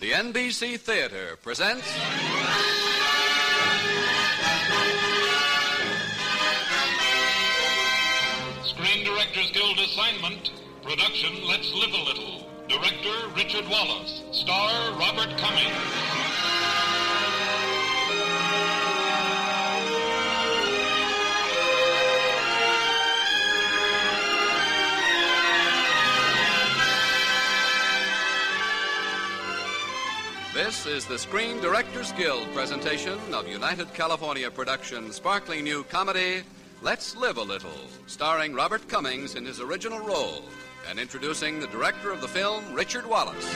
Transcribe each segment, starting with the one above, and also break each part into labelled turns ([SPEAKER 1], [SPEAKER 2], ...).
[SPEAKER 1] The NBC Theater presents.
[SPEAKER 2] Screen Directors Guild assignment. Production Let's Live a Little. Director Richard Wallace. Star Robert Cummings.
[SPEAKER 1] This is the Screen Directors Guild presentation of United California Productions' sparkling new comedy, Let's Live a Little, starring Robert Cummings in his original role, and introducing the director of the film, Richard Wallace.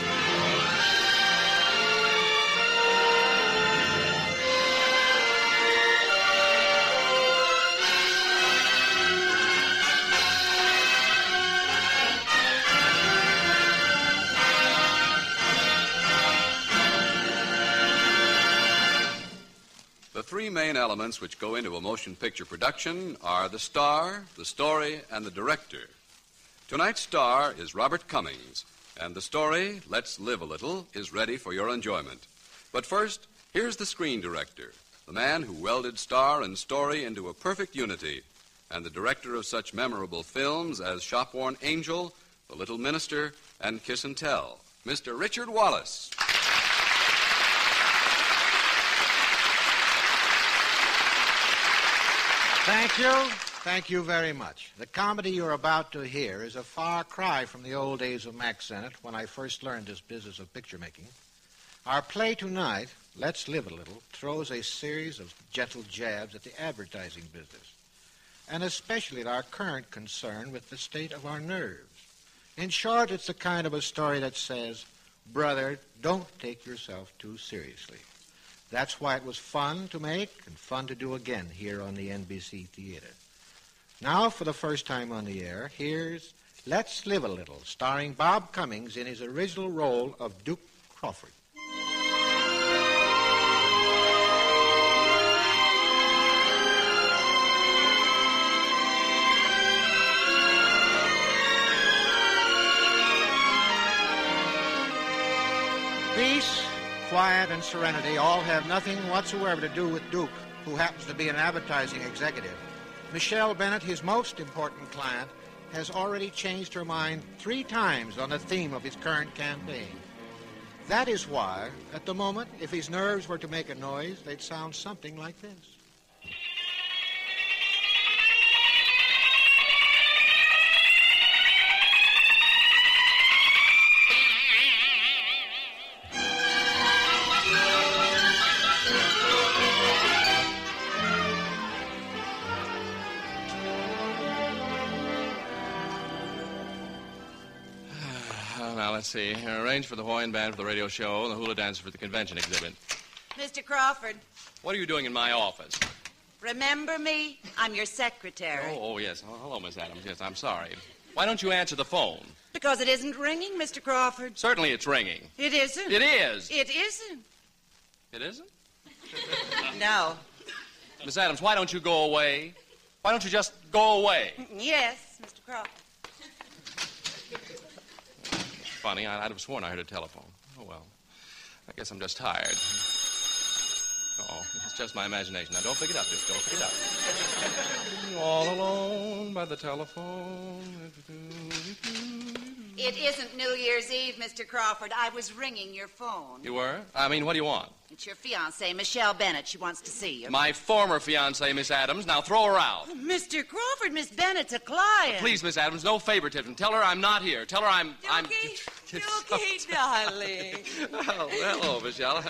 [SPEAKER 1] The three main elements which go into a motion picture production are the star, the story, and the director. Tonight's star is Robert Cummings, and the story, Let's Live a Little, is ready for your enjoyment. But first, here's the screen director, the man who welded star and story into a perfect unity, and the director of such memorable films as Shopworn Angel, The Little Minister, and Kiss and Tell, Mr. Richard Wallace.
[SPEAKER 3] Thank you. Thank you very much. The comedy you're about to hear is a far cry from the old days of Max Sennett when I first learned this business of picture making. Our play tonight, Let's Live a Little, throws a series of gentle jabs at the advertising business, and especially at our current concern with the state of our nerves. In short, it's the kind of a story that says, Brother, don't take yourself too seriously. That's why it was fun to make and fun to do again here on the NBC Theater. Now, for the first time on the air, here's Let's Live a Little, starring Bob Cummings in his original role of Duke Crawford. Peace, quiet, and serenity all have nothing whatsoever to do with Duke, who happens to be an advertising executive. Michelle Bennett, his most important client, has already changed her mind three times on the theme of his current campaign. That is why, at the moment, if his nerves were to make a noise, they'd sound something like this.
[SPEAKER 4] Oh, now, let's see. Arrange for the Hawaiian band for the radio show and the hula dancer for the convention exhibit.
[SPEAKER 5] Mr. Crawford,
[SPEAKER 4] What are you doing in my office?
[SPEAKER 5] remember me? I'm your secretary.
[SPEAKER 4] Oh, oh yes. Oh, hello, Miss Adams. Yes, I'm sorry. Why don't you answer the phone?
[SPEAKER 5] Because it isn't ringing, Mr. Crawford.
[SPEAKER 4] Certainly it's ringing.
[SPEAKER 5] It isn't.
[SPEAKER 4] It is.
[SPEAKER 5] It isn't.
[SPEAKER 4] It isn't?
[SPEAKER 5] No.
[SPEAKER 4] Miss Adams, why don't you go away? Why don't you just go away?
[SPEAKER 5] Yes, Mr. Crawford.
[SPEAKER 4] Funny, I, I'd have sworn I heard a telephone. Oh, well. I guess I'm just tired. Oh, it's just my imagination. Now, don't pick it up, Duke. Don't pick it up. All alone by the telephone.
[SPEAKER 5] It isn't New Year's Eve, Mr. Crawford. I was ringing your phone.
[SPEAKER 4] You were? I mean, what do you want?
[SPEAKER 5] It's your fiancée, Michelle Bennett. She wants to see you.
[SPEAKER 4] My former fiancée, Miss Adams. Now throw her out.
[SPEAKER 5] Mr. Crawford, Miss Bennett's a client.
[SPEAKER 4] Please, Miss Adams, no favoritism. Tell her I'm not here. Tell her I'm. I'm.
[SPEAKER 5] Dookie, Dookie, darling.
[SPEAKER 4] Oh, hello, Michelle.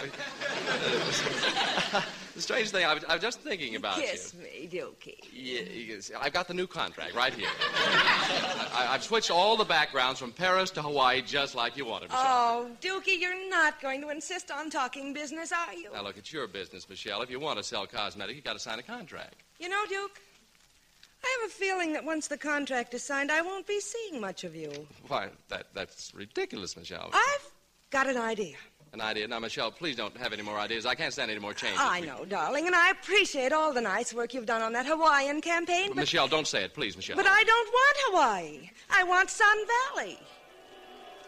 [SPEAKER 4] the strange thing, I was, I was just thinking about
[SPEAKER 5] Kiss me, Dookie.
[SPEAKER 4] you. Yeah, yes, I've got the new contract right here. I, I've switched all the backgrounds from Paris to Hawaii just like you wanted, Michelle.
[SPEAKER 6] Oh, Dookie, you're not going to insist on talking business, are you?
[SPEAKER 4] Now, look, it's your business, Michelle. If you want to sell cosmetic, you've got to sign a contract.
[SPEAKER 6] You know, Duke, I have a feeling that once the contract is signed, I won't be seeing much of you.
[SPEAKER 4] Why, that, that's ridiculous, Michelle.
[SPEAKER 6] I've got an idea.
[SPEAKER 4] An idea. Now, Michelle, please don't have any more ideas. I can't stand any more changes.
[SPEAKER 6] I know, darling, and I appreciate all the nice work you've done on that Hawaiian campaign, but,
[SPEAKER 4] Michelle, don't say it, please, Michelle.
[SPEAKER 6] but I don't want Hawaii. I want Sun Valley.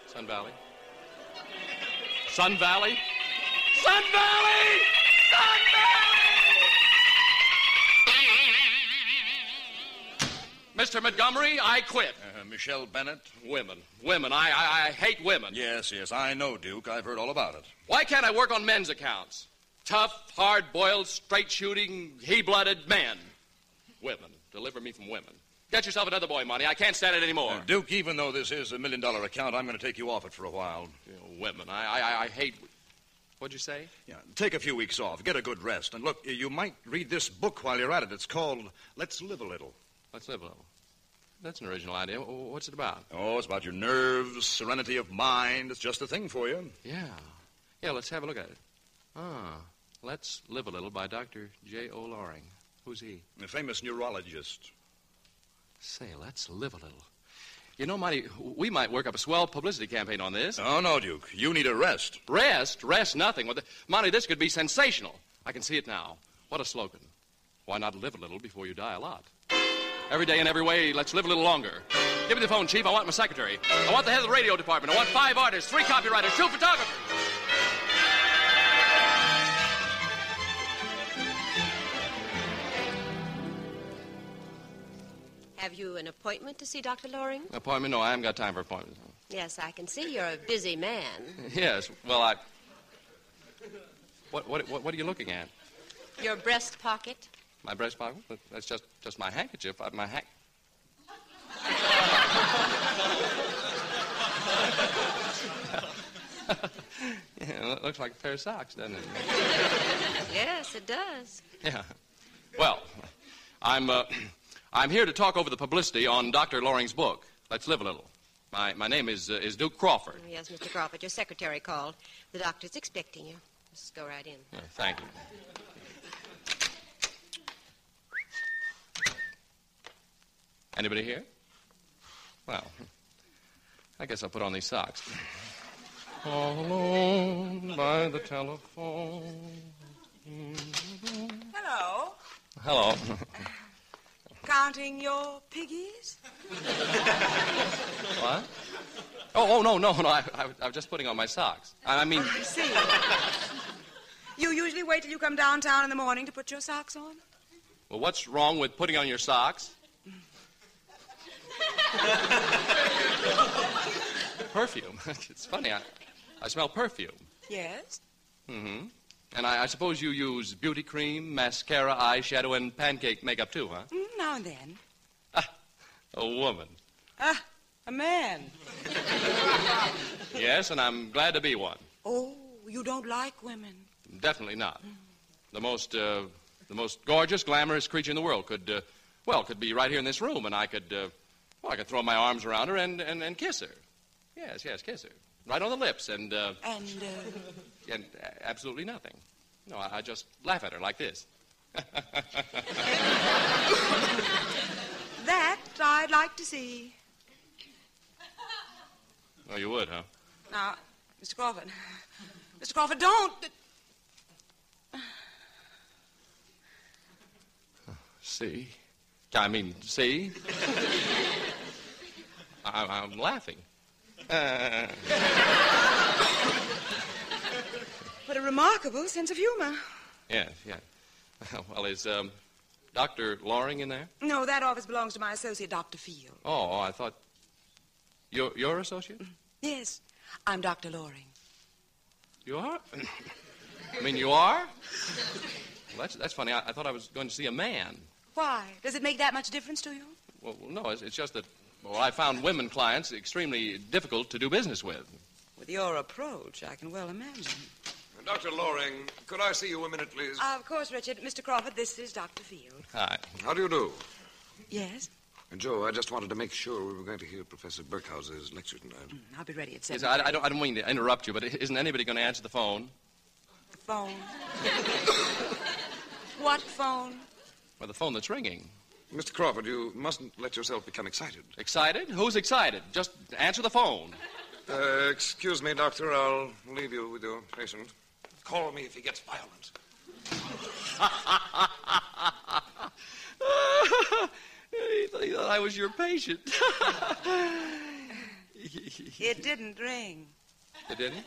[SPEAKER 4] Sun Valley. Sun Valley? Sun Valley! Sun Valley! Mr. Montgomery, I quit.
[SPEAKER 7] Uh, Michelle Bennett?
[SPEAKER 4] Women. Women. I, I, I hate women.
[SPEAKER 7] Yes, yes, I know, Duke. I've heard all about it.
[SPEAKER 4] Why can't I work on men's accounts? Tough, hard boiled, straight shooting, he blooded men. Women. Deliver me from women. Get yourself another boy, Monty. I can't stand it anymore.
[SPEAKER 7] Uh, Duke, even though this is a million dollar account, I'm going to take you off it for a while.
[SPEAKER 4] You know, women. I, I, I hate. What'd you say?
[SPEAKER 7] Yeah, take a few weeks off, get a good rest, and look, you might read this book while you're at it. It's called Let's Live a Little.
[SPEAKER 4] Let's live a little. That's an original idea. W- What's it about?
[SPEAKER 7] Oh, it's about your nerves, serenity of mind. It's just a thing for you.
[SPEAKER 4] Yeah. Yeah, let's have a look at it. Ah, Let's Live a Little by Dr. J. O. Loring. Who's he?
[SPEAKER 7] A famous neurologist.
[SPEAKER 4] Say, let's live a little. You know, Monty, we might work up a swell publicity campaign on this.
[SPEAKER 7] Oh, no, Duke. You need a rest.
[SPEAKER 4] Rest, rest, nothing. Well, the, Monty, this could be sensational. I can see it now. What a slogan. Why not live a little before you die a lot? Every day and every way, let's live a little longer. Give me the phone, Chief. I want my secretary. I want the head of the radio department. I want five artists, three copywriters, two photographers.
[SPEAKER 8] Have you an appointment to see Dr. Loring?
[SPEAKER 4] Appointment? No, I haven't got time for appointments.
[SPEAKER 8] Yes, I can see you're a busy man.
[SPEAKER 4] Yes, well, I. What, what, what, what are you looking at?
[SPEAKER 8] Your breast pocket?
[SPEAKER 4] My breast pocket? That- That's just, just my handkerchief. I- My hand. yeah, it looks like a pair of socks, doesn't it?
[SPEAKER 8] Yes, it does.
[SPEAKER 4] Yeah. Well, I'm uh, I'm here to talk over the publicity on Dr. Loring's book. Let's live a little. My my name is uh, is Duke Crawford.
[SPEAKER 8] Yes, Mr. Crawford, your secretary called. The doctor's expecting you. Just go right in.
[SPEAKER 4] Yeah, thank you. Anybody here? Well, I guess I'll put on these socks. All alone by the telephone.
[SPEAKER 6] Hello.
[SPEAKER 4] Hello.
[SPEAKER 6] Counting your piggies?
[SPEAKER 4] What? Oh, oh no, no, no! I, I, was- I was just putting on my socks. I, I mean,
[SPEAKER 6] I see. you usually wait till you come downtown in the morning to put your socks on?
[SPEAKER 4] well, what's wrong with putting on your socks? perfume. it's funny. I, I smell perfume.
[SPEAKER 6] Yes.
[SPEAKER 4] Mm-hmm. And I, I suppose you use beauty cream, mascara, eyeshadow, and pancake makeup too, huh?
[SPEAKER 6] Mm, Now and then.
[SPEAKER 4] A woman.
[SPEAKER 6] Ah, a man.
[SPEAKER 4] Yes, and I'm glad to be one.
[SPEAKER 6] Oh, you don't like women.
[SPEAKER 4] Definitely not. The most, uh, the most gorgeous, glamorous creature in the world could, uh, well, could be right here in this room, and I could, uh, well, I could throw my arms around her and, and, and kiss her. Yes, yes, kiss her. Right on the lips, and, uh,
[SPEAKER 6] And uh,
[SPEAKER 4] and uh, absolutely nothing. No, I, I just laugh at her like this.
[SPEAKER 6] that I'd like to see.
[SPEAKER 4] Oh, you would, huh?
[SPEAKER 6] Now, Mr. Crawford. Mr. Crawford, don't.
[SPEAKER 4] See? I mean, see? I, I'm laughing.
[SPEAKER 6] What a remarkable sense of humor.
[SPEAKER 4] Yeah, yeah. Well, is um, Dr. Loring in there?
[SPEAKER 6] No, that office belongs to my associate, Dr. Field.
[SPEAKER 4] Oh, oh, I thought. Your, your associate?
[SPEAKER 6] Yes, I'm Dr. Loring.
[SPEAKER 4] You are? I mean, you are? Well, that's, that's funny. I, I thought I was going to see a man.
[SPEAKER 6] Why? Does it make that much difference to you?
[SPEAKER 4] Well, well, no, it's, it's just that well, I found women clients extremely difficult to do business with.
[SPEAKER 6] With your approach, I can well imagine.
[SPEAKER 9] Dr. Loring, could I see you a minute, please?
[SPEAKER 6] of course, Richard. Mr. Crawford, this is Dr. Field.
[SPEAKER 4] Hi.
[SPEAKER 9] How do you do?
[SPEAKER 6] Yes?
[SPEAKER 9] Joe, I just wanted to make sure we were going to hear Professor Birkhauser's lecture tonight.
[SPEAKER 6] I'll be ready at
[SPEAKER 4] Yes,
[SPEAKER 6] 7.
[SPEAKER 4] I, I, don't, I don't mean to interrupt you, but isn't anybody going to answer the phone?
[SPEAKER 6] The phone. what phone?
[SPEAKER 4] Well, the phone that's ringing.
[SPEAKER 9] Mr. Crawford, you mustn't let yourself become excited.
[SPEAKER 4] Excited? Who's excited? Just answer the phone.
[SPEAKER 9] Uh, excuse me, Doctor. I'll leave you with your patient. Call me if he gets violent.
[SPEAKER 4] he thought he thought I was your patient.
[SPEAKER 6] It didn't ring.
[SPEAKER 4] Did he?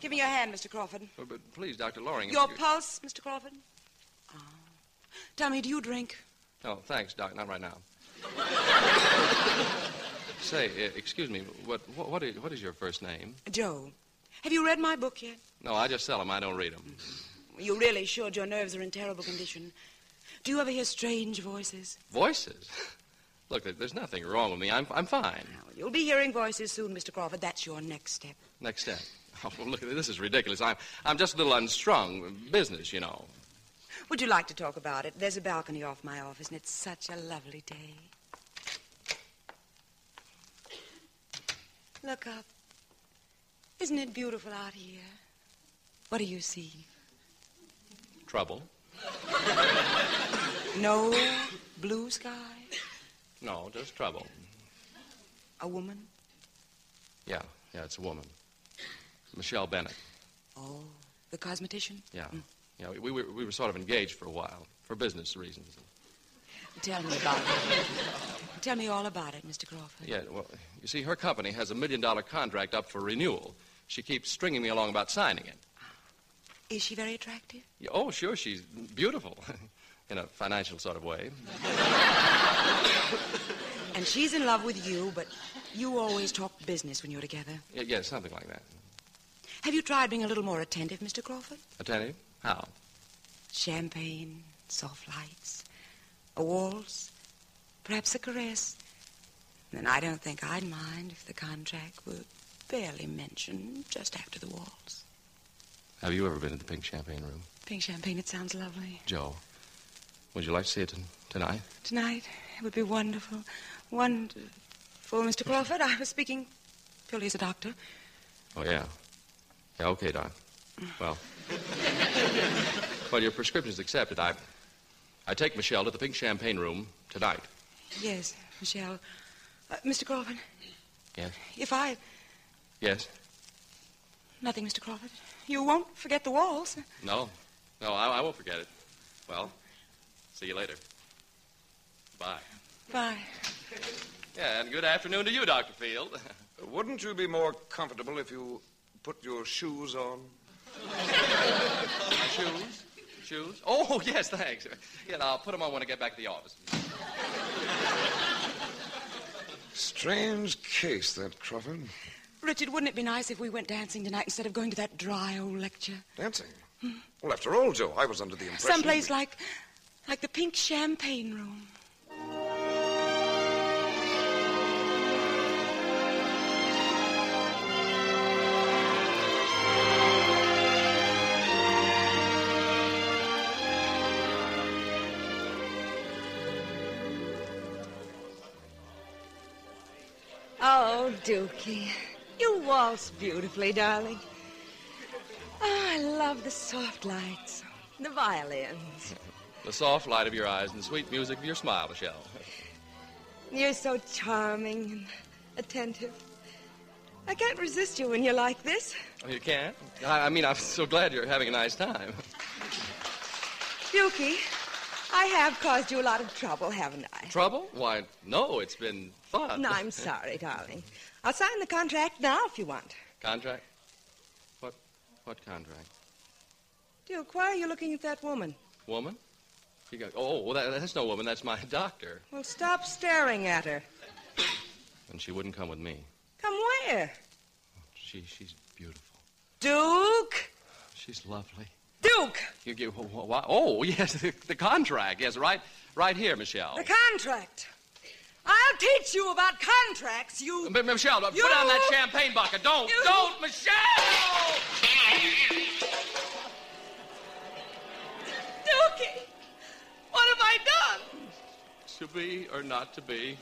[SPEAKER 6] Give me your hand, Mr. Crawford.
[SPEAKER 4] Oh, But, but please, Dr. Loring. if
[SPEAKER 6] Your
[SPEAKER 4] you-
[SPEAKER 6] pulse, Mr. Crawford? Oh. Tell me, do you drink?
[SPEAKER 4] Oh, thanks, Doc. Not right now. Say, uh, excuse me, what, what, what, is, what is your first name?
[SPEAKER 6] Joe, have you read my book yet?
[SPEAKER 4] No, I just sell them. I don't read them.
[SPEAKER 6] You really should. Your nerves are in terrible condition. Do you ever hear strange voices?
[SPEAKER 4] Voices? Look, there- there's nothing wrong with me. I'm, I'm fine.
[SPEAKER 6] Well, you'll be hearing voices soon, Mr. Crawford. That's your next step.
[SPEAKER 4] Next step. Oh, well, look, this is ridiculous. I'm, I'm just a little unstrung. Business, you know.
[SPEAKER 6] Would you like to talk about it? There's a balcony off my office, and it's such a lovely day. Look up. Isn't it beautiful out here? What do you see?
[SPEAKER 4] Trouble?
[SPEAKER 6] No blue sky?
[SPEAKER 4] No, just trouble.
[SPEAKER 6] A woman?
[SPEAKER 4] Yeah, yeah, it's a woman. Michelle Bennett.
[SPEAKER 6] Oh, the cosmetician? Mm.
[SPEAKER 4] Yeah. Yeah, we, we, were, we were sort of engaged for a while, for business reasons.
[SPEAKER 6] Tell me about it. Tell me all about it, Mr. Crawford.
[SPEAKER 4] Yeah, well, you see, her company has a million dollar contract up for renewal. She keeps stringing me along about signing it.
[SPEAKER 6] Is she very attractive?
[SPEAKER 4] Yeah, Oh, sure, she's beautiful. In a financial sort of way.
[SPEAKER 6] And she's in love with you, but you always talk business when you're together.
[SPEAKER 4] Yeah, yeah, something like that.
[SPEAKER 6] Have you tried being a little more attentive, Mr. Crawford?
[SPEAKER 4] Attentive? How?
[SPEAKER 6] Champagne, soft lights, a waltz, perhaps a caress. Then I don't think I'd mind if the contract were barely mentioned just after the waltz.
[SPEAKER 4] Have you ever been in the pink champagne room?
[SPEAKER 6] Pink champagne, it sounds lovely.
[SPEAKER 4] Joe, would you like to see it ton- tonight?
[SPEAKER 6] Tonight, it would be wonderful. Wonderful, Mr. Crawford. I was speaking purely as a doctor.
[SPEAKER 4] Oh, yeah. Yeah, okay, Doc. Well, well, your prescription's accepted. I, I take Michelle to the pink champagne room tonight.
[SPEAKER 6] Yes, Michelle. Uh, Mr. Crawford,
[SPEAKER 4] Yes?
[SPEAKER 6] if I.
[SPEAKER 4] Yes?
[SPEAKER 6] Nothing, Mr. Crawford. You won't forget the waltz.
[SPEAKER 4] No. No, I, I won't forget it. Well, see you later. Bye.
[SPEAKER 6] Bye.
[SPEAKER 4] Yeah, and good afternoon to you, Dr. Field.
[SPEAKER 9] Uh, Wouldn't you be more comfortable if you put your shoes on?
[SPEAKER 4] Shoes? Shoes? Oh, yes, thanks. Yeah, I'll put them on when I get back to the office.
[SPEAKER 9] Strange case, that Crawford.
[SPEAKER 6] Richard, wouldn't it be nice if we went dancing tonight instead of going to that dry old lecture?
[SPEAKER 9] Dancing. Well, after all, Joe, I was under the impression.
[SPEAKER 6] Someplace like. like the pink champagne room.
[SPEAKER 8] Oh, Dookie. You waltz beautifully, darling. Oh, I love the soft lights, the violins.
[SPEAKER 4] The soft light of your eyes and the sweet music of your smile, Michelle.
[SPEAKER 8] You're so charming and attentive. I can't resist you when you're like this.
[SPEAKER 4] Oh, you can't? I, I mean, I'm so glad you're having a nice time.
[SPEAKER 8] Dookie, I have caused you a lot of trouble, haven't I?
[SPEAKER 4] Trouble? Why, no, it's been fun.
[SPEAKER 8] No, I'm sorry, darling. I'll sign the contract now if you want.
[SPEAKER 4] Contract? What, what contract?
[SPEAKER 6] Duke, why are you looking at that woman?
[SPEAKER 4] Woman? You go, oh, well, that, that's no woman. That's my doctor.
[SPEAKER 6] Well, stop staring at her.
[SPEAKER 4] And she wouldn't come with me.
[SPEAKER 6] Come where?
[SPEAKER 4] She, she's beautiful.
[SPEAKER 6] Duke!
[SPEAKER 4] She's lovely.
[SPEAKER 6] Duke!
[SPEAKER 4] You give, wh- wh- why- oh, yes, the, the contract. Yes, right, right here, Michelle.
[SPEAKER 6] The contract. I'll teach you about contracts, you.
[SPEAKER 4] M- Michelle,
[SPEAKER 6] You-
[SPEAKER 4] put on that champagne bucket. Don't,
[SPEAKER 6] You-
[SPEAKER 4] don't, Michelle!
[SPEAKER 6] Dookie! What have I done?
[SPEAKER 4] To be or not to be.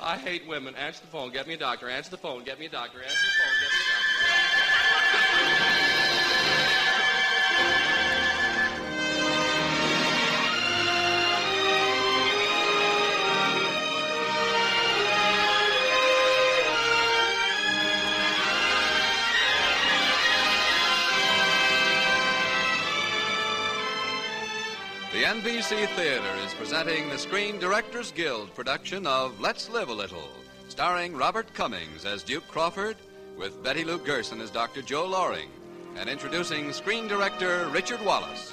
[SPEAKER 4] I hate women. Answer the phone. Get me a doctor. Answer the phone. Get me a doctor. Answer the phone. Get me a doctor.
[SPEAKER 1] The NBC Theater is presenting the Screen Directors Guild production of Let's Live a Little, starring Robert Cummings as Duke Crawford, with Betty Lou Gerson as Dr. Joe Loring, and introducing screen director Richard Wallace.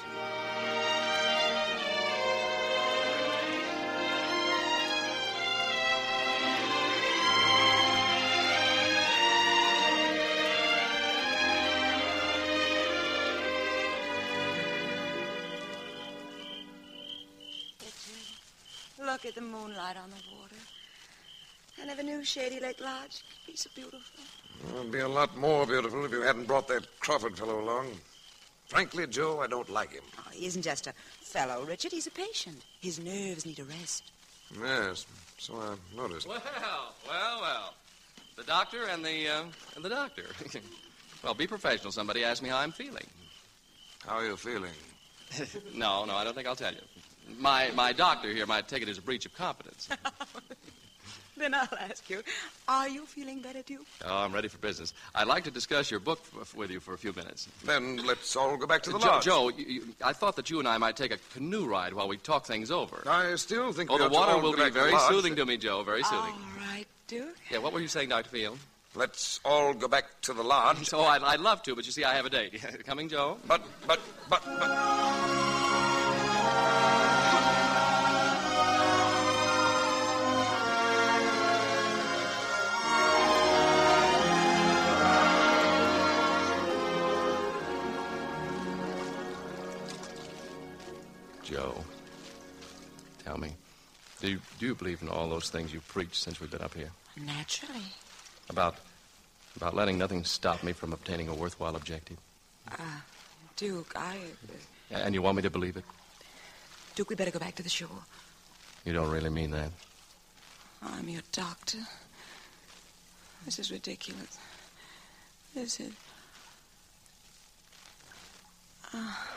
[SPEAKER 6] Look at the moonlight on the water. I never knew Shady Lake Lodge could be so beautiful.
[SPEAKER 9] Well, it'd be a lot more beautiful if you hadn't brought that Crawford fellow along. Frankly, Joe, I don't like him.
[SPEAKER 6] Oh, he isn't just a fellow, Richard. He's a patient. His nerves need a rest.
[SPEAKER 9] Yes, so I noticed.
[SPEAKER 4] Well, well, well. The doctor and the uh, and the doctor. well, be professional. Somebody asked me how I'm feeling.
[SPEAKER 9] How are you feeling?
[SPEAKER 4] No, no, I don't think I'll tell you. My my doctor here might take it as a breach of confidence.
[SPEAKER 6] Then I'll ask you, are you feeling better, Duke?
[SPEAKER 4] oh, I'm ready for business. I'd like to discuss your book f- with you for a few minutes.
[SPEAKER 9] Then let's all go back to the
[SPEAKER 4] Joe,
[SPEAKER 9] lodge.
[SPEAKER 4] Joe you, you, I thought that you and I might take a canoe ride while we talk things over.
[SPEAKER 9] I still think
[SPEAKER 4] oh,
[SPEAKER 9] we
[SPEAKER 4] the
[SPEAKER 9] ought to
[SPEAKER 4] water
[SPEAKER 9] all
[SPEAKER 4] will
[SPEAKER 9] go
[SPEAKER 4] be
[SPEAKER 9] back to the
[SPEAKER 4] very
[SPEAKER 9] lodge.
[SPEAKER 4] soothing to me, Joe. Very soothing.
[SPEAKER 6] All right, Duke.
[SPEAKER 4] Yeah, what were you saying, Dr. Field?
[SPEAKER 9] Let's all go back to the lodge.
[SPEAKER 4] So I'd, I'd love to, but you see, I have a date. Coming, Joe?
[SPEAKER 9] But, but, but, but.
[SPEAKER 4] Joe, tell me, do you, do you believe in all those things you preached since we've been up here?
[SPEAKER 6] Naturally.
[SPEAKER 4] About, about letting nothing stop me from obtaining a worthwhile objective?
[SPEAKER 6] Duke, I. uh,
[SPEAKER 4] And you want me to believe it?
[SPEAKER 6] Duke, we better go back to the shore.
[SPEAKER 4] You don't really mean that.
[SPEAKER 6] I'm your doctor. This is ridiculous. This is. Ah.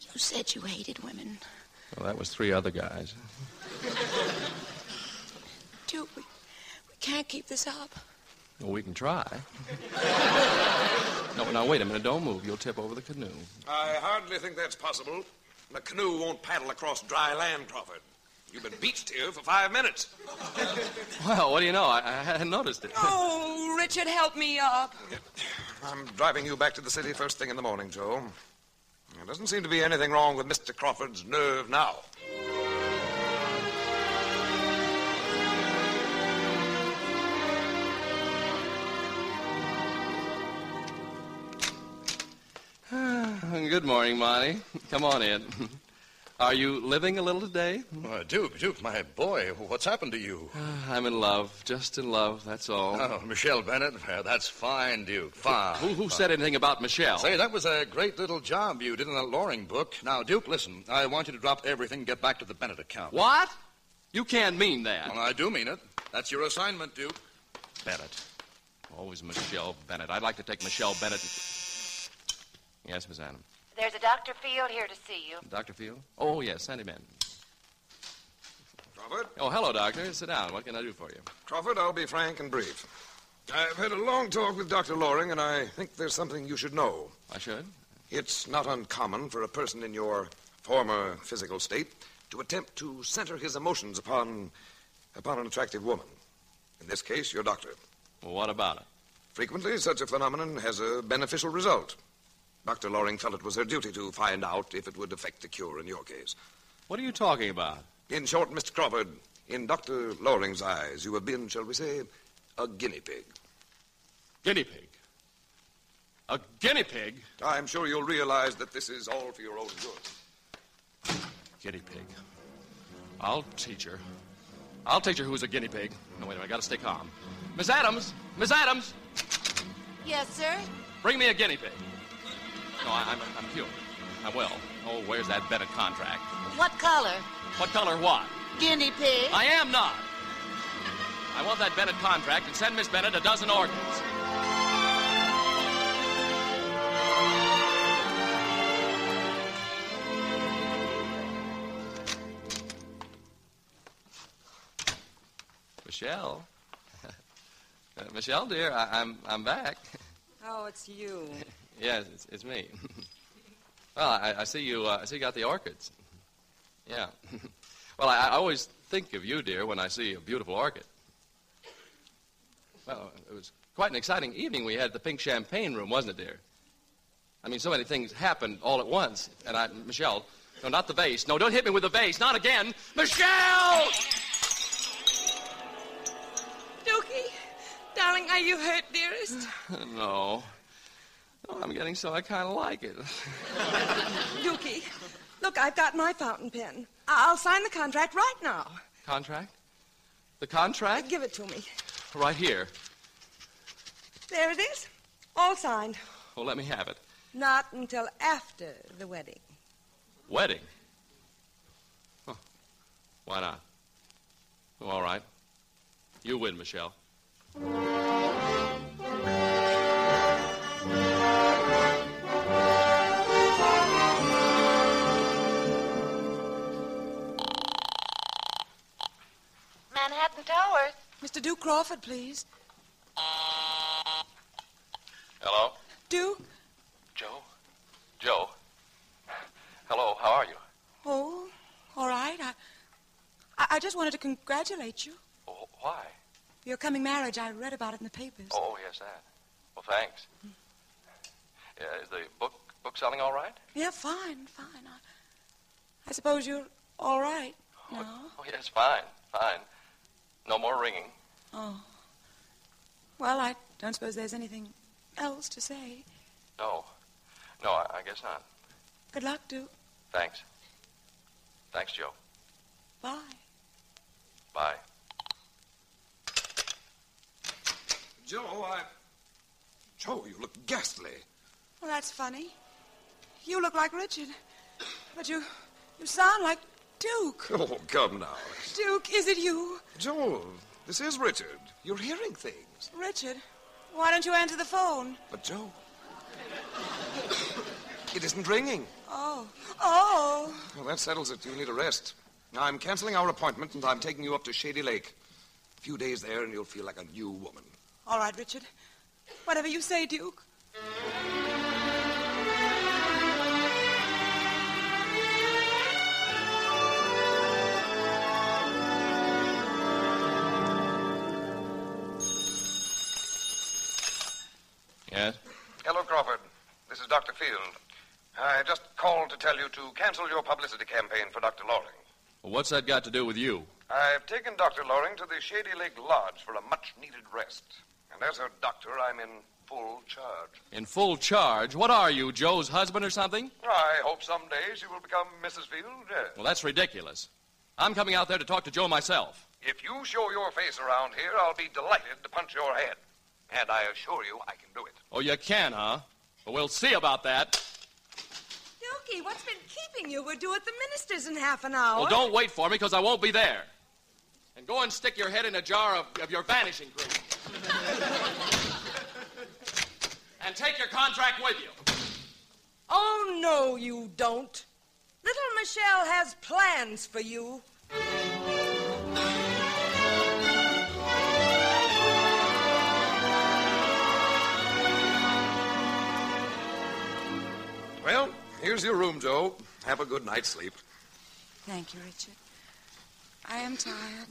[SPEAKER 6] you said you hated women.
[SPEAKER 4] Well, that was three other guys.
[SPEAKER 6] Duke, we, we can't keep this up.
[SPEAKER 4] Well, we can try. no, now, wait a minute. Don't move. You'll tip over the canoe.
[SPEAKER 9] I hardly think that's possible. The canoe won't paddle across dry land, Crawford. You've been beached here for five minutes.
[SPEAKER 4] Well, what do you know? I, I hadn't noticed it.
[SPEAKER 6] Oh, Richard, help me up.
[SPEAKER 9] I'm driving you back to the city first thing in the morning, Joe. There doesn't seem to be anything wrong with Mr. Crawford's nerve now.
[SPEAKER 4] Good morning, Monty. Come on in. Are you living a little today?
[SPEAKER 7] Uh, Duke, Duke, my boy, what's happened to you?
[SPEAKER 4] I'm in love, just in love, that's all. Ah,
[SPEAKER 7] Oh, Michelle Bennett, uh, that's fine, Duke. Fine.
[SPEAKER 4] who who said anything about Michelle?
[SPEAKER 7] Say, that was a great little job you did in that Loring book. Now, Duke, listen, I want you to drop everything and get back to the Bennett account.
[SPEAKER 4] What? You can't mean that.
[SPEAKER 7] Well, I do mean it. That's your assignment, Duke.
[SPEAKER 4] Bennett. Always Michelle Bennett. I'd like to take Michelle Bennett. and- Yes, Miss Adam.
[SPEAKER 5] There's a Dr. Field here to see you.
[SPEAKER 4] Dr. Field? Oh, yes, Sandy Man.
[SPEAKER 9] Crawford?
[SPEAKER 4] Oh, hello, Doctor. Sit down. What can I do for you?
[SPEAKER 9] Crawford, I'll be frank and brief. I've had a long talk with Dr. Loring, and I think there's something you should know.
[SPEAKER 4] I should.
[SPEAKER 9] It's not uncommon for a person in your former physical state to attempt to center his emotions upon upon an attractive woman. In this case, your doctor.
[SPEAKER 4] Well, what about it?
[SPEAKER 9] Frequently, such a phenomenon has a beneficial result. Dr. Loring felt it was her duty to find out if it would affect the cure in your case.
[SPEAKER 4] What are you talking about?
[SPEAKER 9] In short, Mr. Crawford, in Dr. Loring's eyes, you have been, shall we say, a guinea pig.
[SPEAKER 4] Guinea pig. A guinea pig?
[SPEAKER 9] I'm sure you'll realize that this is all for your own good.
[SPEAKER 4] Guinea pig. I'll teach her. I'll teach her who's a guinea pig. No, wait a minute. I gotta stay calm. Miss Adams! Miss Adams!
[SPEAKER 5] Yes, sir?
[SPEAKER 4] Bring me a guinea pig. No, I, I'm, I'm cured. I'm well. Oh, where's that Bennett contract?
[SPEAKER 5] What color?
[SPEAKER 4] What color what?
[SPEAKER 5] Guinea pig.
[SPEAKER 4] I am not. I want that Bennett contract and send Miss Bennett a dozen organs. Michelle. Uh, Michelle, dear, I, I'm, I'm back.
[SPEAKER 6] Oh, it's you.
[SPEAKER 4] Yes, it's, it's me. well, I, I see you. Uh, I see you got the orchids. Yeah. well, I, I always think of you, dear, when I see a beautiful orchid. Well, it was Quite an exciting evening we had at the Pink Champagne Room, wasn't it, dear? I mean, so many things happened all at once. And I, Michelle, no, not the vase. No, don't hit me with the vase. Not again. Michelle!
[SPEAKER 8] Dookie, darling, are you hurt, dearest?
[SPEAKER 4] No. Oh, I'm getting so I kind of like it.
[SPEAKER 8] Dookie, look, I've got my fountain pen. I- I'll sign the contract right now.
[SPEAKER 4] Contract? The contract?
[SPEAKER 8] Give it to me.
[SPEAKER 4] Right here.
[SPEAKER 8] There it is. All signed.
[SPEAKER 4] Well, Oh, let me have it.
[SPEAKER 8] Not until after the wedding.
[SPEAKER 4] Wedding? Huh. Why not? Well, all right. You win, Michelle.
[SPEAKER 10] Manhattan Tower.
[SPEAKER 6] Mr. Duke Crawford, please.
[SPEAKER 4] Hello?
[SPEAKER 6] Duke?
[SPEAKER 4] Joe? Joe? Hello, how are you?
[SPEAKER 6] Oh, all right. I, I, I just wanted to congratulate you.
[SPEAKER 4] Oh, why?
[SPEAKER 6] for Your coming marriage, I read about it in the papers. Hmm.
[SPEAKER 4] Oh, yes, that. Well, thanks. Yeah, is the book book selling all right?
[SPEAKER 6] Yeah, fine, fine. I, I suppose you're all right now.
[SPEAKER 4] Oh, yes, fine, fine. No more ringing.
[SPEAKER 6] Oh. Well, I don't suppose there's anything else to say.
[SPEAKER 4] No. No, I, I guess not.
[SPEAKER 6] Good luck, Duke.
[SPEAKER 4] Thanks. Thanks, Joe.
[SPEAKER 6] Bye.
[SPEAKER 4] Bye.
[SPEAKER 9] Joe, I. Joe, you look ghastly.
[SPEAKER 6] Well, that's funny. You look like Richard, but you you sound like Duke.
[SPEAKER 9] Oh, come now.
[SPEAKER 6] Duke, is it you?
[SPEAKER 9] Joe, this is Richard. You're hearing things.
[SPEAKER 6] Richard, why don't you answer the phone?
[SPEAKER 9] But, Joe. it isn't ringing.
[SPEAKER 6] Oh, oh.
[SPEAKER 9] Well, that settles it. You need a rest. Now, I'm canceling our appointment, and I'm taking you up to Shady Lake. A few days there, and you'll feel like a new woman.
[SPEAKER 6] All right, Richard. Whatever you say, Duke.
[SPEAKER 4] Yes?
[SPEAKER 9] Hello, Crawford. This is Dr. Field. I just called to tell you to cancel your publicity campaign for Dr. Loring.
[SPEAKER 4] Well, what's that got to do with you?
[SPEAKER 9] I've taken Dr. Loring to the Shady Lake Lodge for a much needed rest. And as her doctor, I'm in full charge.
[SPEAKER 4] In full charge? What are you, Joe's husband or something?
[SPEAKER 9] I hope someday she will become Mrs. Field. Uh, yes.
[SPEAKER 4] Well, that's ridiculous. I'm coming out there to talk to Joe myself.
[SPEAKER 9] If you show your face around here, I'll be delighted to punch your head. And I assure you, I can do it.
[SPEAKER 4] Oh, you can, huh? Well, we'll see about that.
[SPEAKER 8] Dookie, what's been keeping you? We're due at the minister's in half an hour.
[SPEAKER 1] Oh,
[SPEAKER 4] Well, don't wait for me, because I won't be there. And go and stick your head in a jar of, of your vanishing cream. and take your contract with you.
[SPEAKER 8] Oh, no, you don't. Little Michelle has plans for you.
[SPEAKER 9] Well, here's your room, Joe. Have a good night's sleep.
[SPEAKER 6] Thank you, Richard. I am tired.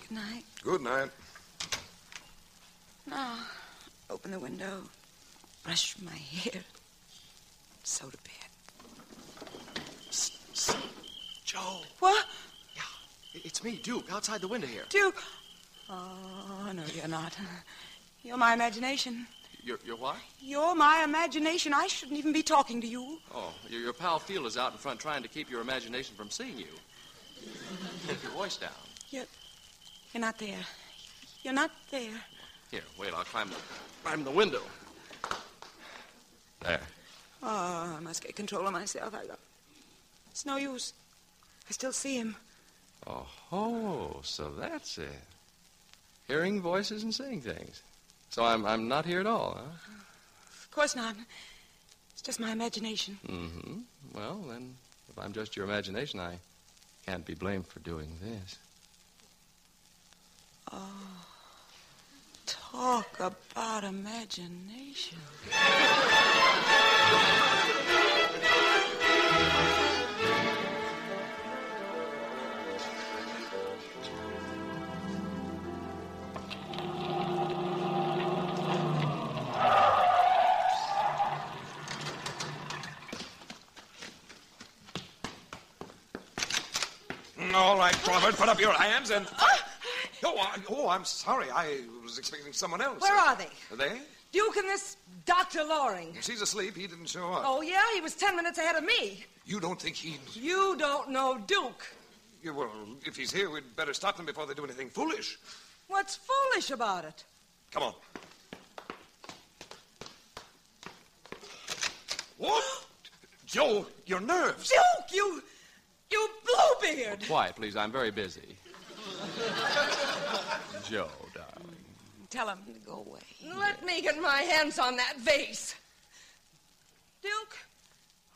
[SPEAKER 6] Good night.
[SPEAKER 9] Good night.
[SPEAKER 6] Now, Ah, open the window, brush my hair, so to bed.
[SPEAKER 11] Joe,
[SPEAKER 6] What?
[SPEAKER 11] it's me, Duke, outside the window here.
[SPEAKER 6] Duke? Oh, no, you're not. You're my imagination.
[SPEAKER 4] Your, your what?
[SPEAKER 6] You're my imagination. I shouldn't even be talking to you.
[SPEAKER 4] Oh, your, your pal Field is out in front trying to keep your imagination from seeing you. Keep your voice down.
[SPEAKER 6] You're not there. You're not there.
[SPEAKER 4] Here, wait, I'll climb the, climb the window. There.
[SPEAKER 6] Oh, I must get control of myself. I, it's no use. I still see him.
[SPEAKER 4] Oh, oh, so that's it. Hearing voices and seeing things. So I'm, I'm not here at all, huh?
[SPEAKER 6] Of course not. It's just my imagination.
[SPEAKER 4] Mm-hmm. Well, then, if I'm just your imagination, I can't be blamed for doing this.
[SPEAKER 6] Oh, talk about imagination.
[SPEAKER 9] All right, Crawford, put up your hands and. Oh, I, oh, I'm sorry. I was expecting someone else.
[SPEAKER 12] Where are they?
[SPEAKER 9] Are they?
[SPEAKER 12] Duke and this Dr. Loring.
[SPEAKER 9] She's asleep. He didn't show up.
[SPEAKER 12] Oh, yeah? He was ten minutes ahead of me.
[SPEAKER 9] You don't think he.
[SPEAKER 12] You don't know Duke.
[SPEAKER 9] Yeah, well, if he's here, we'd better stop them before they do anything foolish.
[SPEAKER 12] What's foolish about it?
[SPEAKER 9] Come on. What? Joe, your nerves.
[SPEAKER 12] Duke, you. You Bluebeard.
[SPEAKER 4] Quiet, please. I'm very busy. Joe, darling.
[SPEAKER 12] Tell him to go away.
[SPEAKER 8] Let me get my hands on that vase.
[SPEAKER 12] Duke,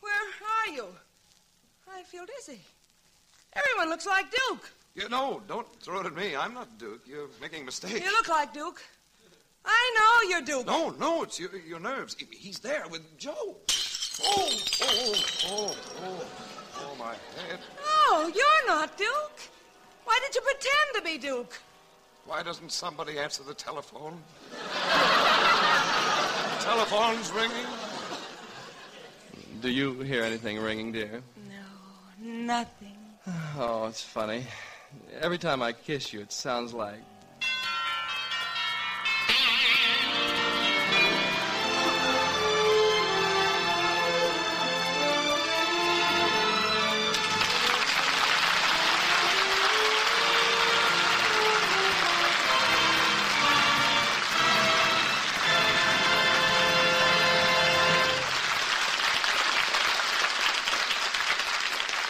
[SPEAKER 12] where are you? I feel dizzy. Everyone looks like Duke.
[SPEAKER 9] You know, don't throw it at me. I'm not Duke. You're making mistakes.
[SPEAKER 12] You look like Duke. I know you're Duke.
[SPEAKER 9] No, no, it's your, your nerves. He- He's there with Joe. Oh, oh, oh, oh, oh, my head.
[SPEAKER 12] No, you're not Duke. Why did you pretend to be Duke?
[SPEAKER 9] Why doesn't somebody answer the telephone? Telephone's ringing.
[SPEAKER 4] Do you hear anything ringing, dear?
[SPEAKER 6] Nothing.
[SPEAKER 4] Oh, it's funny. Every time I kiss you, it sounds like.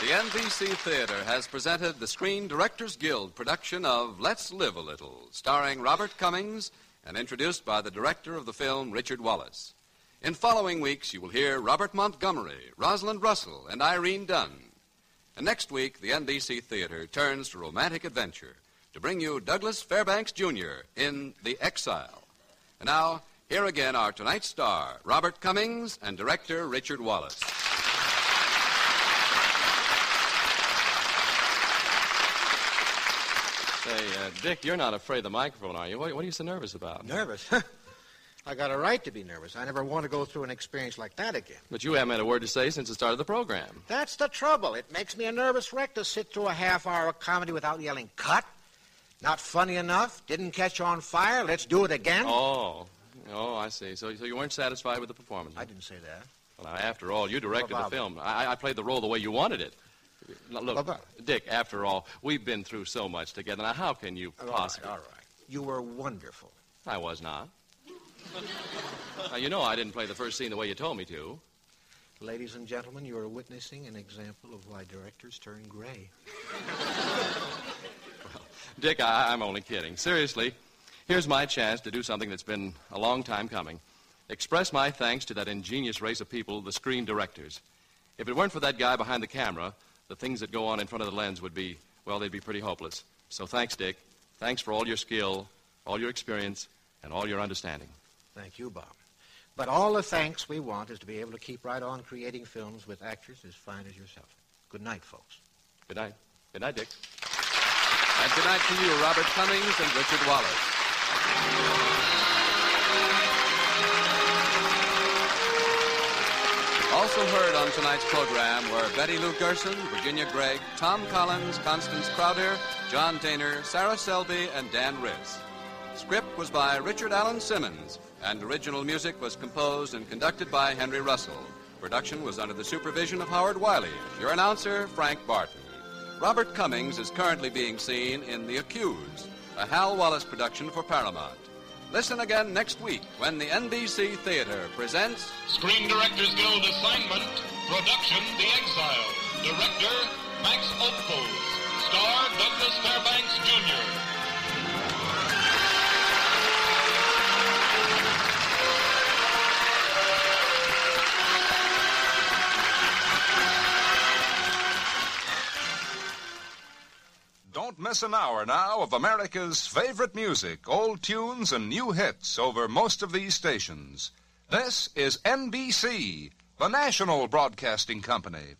[SPEAKER 1] The NBC Theater has presented the Screen Directors Guild production of Let's Live a Little, starring Robert Cummings and introduced by the director of the film, Richard Wallace. In following weeks, you will hear Robert Montgomery, Rosalind Russell, and Irene Dunn. And next week, the NBC Theater turns to romantic adventure to bring you Douglas Fairbanks, Jr. in The Exile. And now, here again are tonight's star, Robert Cummings, and director, Richard Wallace.
[SPEAKER 4] Say, uh, Dick, you're not afraid of the microphone, are you? What, what are you so nervous about?
[SPEAKER 3] Nervous? I got a right to be nervous. I never want to go through an experience like that again.
[SPEAKER 4] But you haven't had a word to say since the start of the program.
[SPEAKER 3] That's the trouble. It makes me a nervous wreck to sit through a half hour of comedy without yelling, cut. Not funny enough. Didn't catch on fire. Let's do it again.
[SPEAKER 4] Oh, oh, I see. So, so you weren't satisfied with the performance? I
[SPEAKER 3] didn't say that.
[SPEAKER 4] Well, now, after all, you directed
[SPEAKER 3] Well,
[SPEAKER 4] the
[SPEAKER 3] Bob-
[SPEAKER 4] film. I, I- I played the role the way you wanted it. Now, look, Dick, after all, we've been through so much together. Now, how can you
[SPEAKER 3] All right,
[SPEAKER 4] possibly.
[SPEAKER 3] all right. You were wonderful.
[SPEAKER 4] I was not. now, you know I didn't play the first scene the way you told me to.
[SPEAKER 3] Ladies and gentlemen, you are witnessing an example of why directors turn gray.
[SPEAKER 4] Dick, I, I'm only kidding. Seriously, here's my chance to do something that's been a long time coming. Express my thanks to that ingenious race of people, the screen directors. If it weren't for that guy behind the camera, the things that go on in front of the lens would be, well, they'd be pretty hopeless. So thanks, Dick. Thanks for all your skill, all your experience, and all your understanding.
[SPEAKER 3] Thank you, Bob. But all the thanks we want is to be able to keep right on creating films with actors as fine as yourself. Good night, folks.
[SPEAKER 4] Good night. Good night, Dick.
[SPEAKER 1] And good night to you, Robert Cummings and Richard Wallace. Also heard on tonight's program were Betty Lou Gerson, Virginia Gregg, Tom Collins, Constance Crowder, John Daner, Sarah Selby, and Dan Riss. Script was by Richard Allen Simmons, and original music was composed and conducted by Henry Russell. Production was under the supervision of Howard Wiley. Your announcer, Frank Barton. Robert Cummings is currently being seen in The Accused, a Hal Wallace production for Paramount. Listen again next week when the NBC Theater presents
[SPEAKER 2] Screen Directors Guild assignment, production The Exile. Director, Max Ophuls. Star, Douglas Fairbanks Jr.
[SPEAKER 13] Don't miss an hour now of America's favorite music, old tunes and new hits over most of these stations. This is NBC, the national broadcasting company.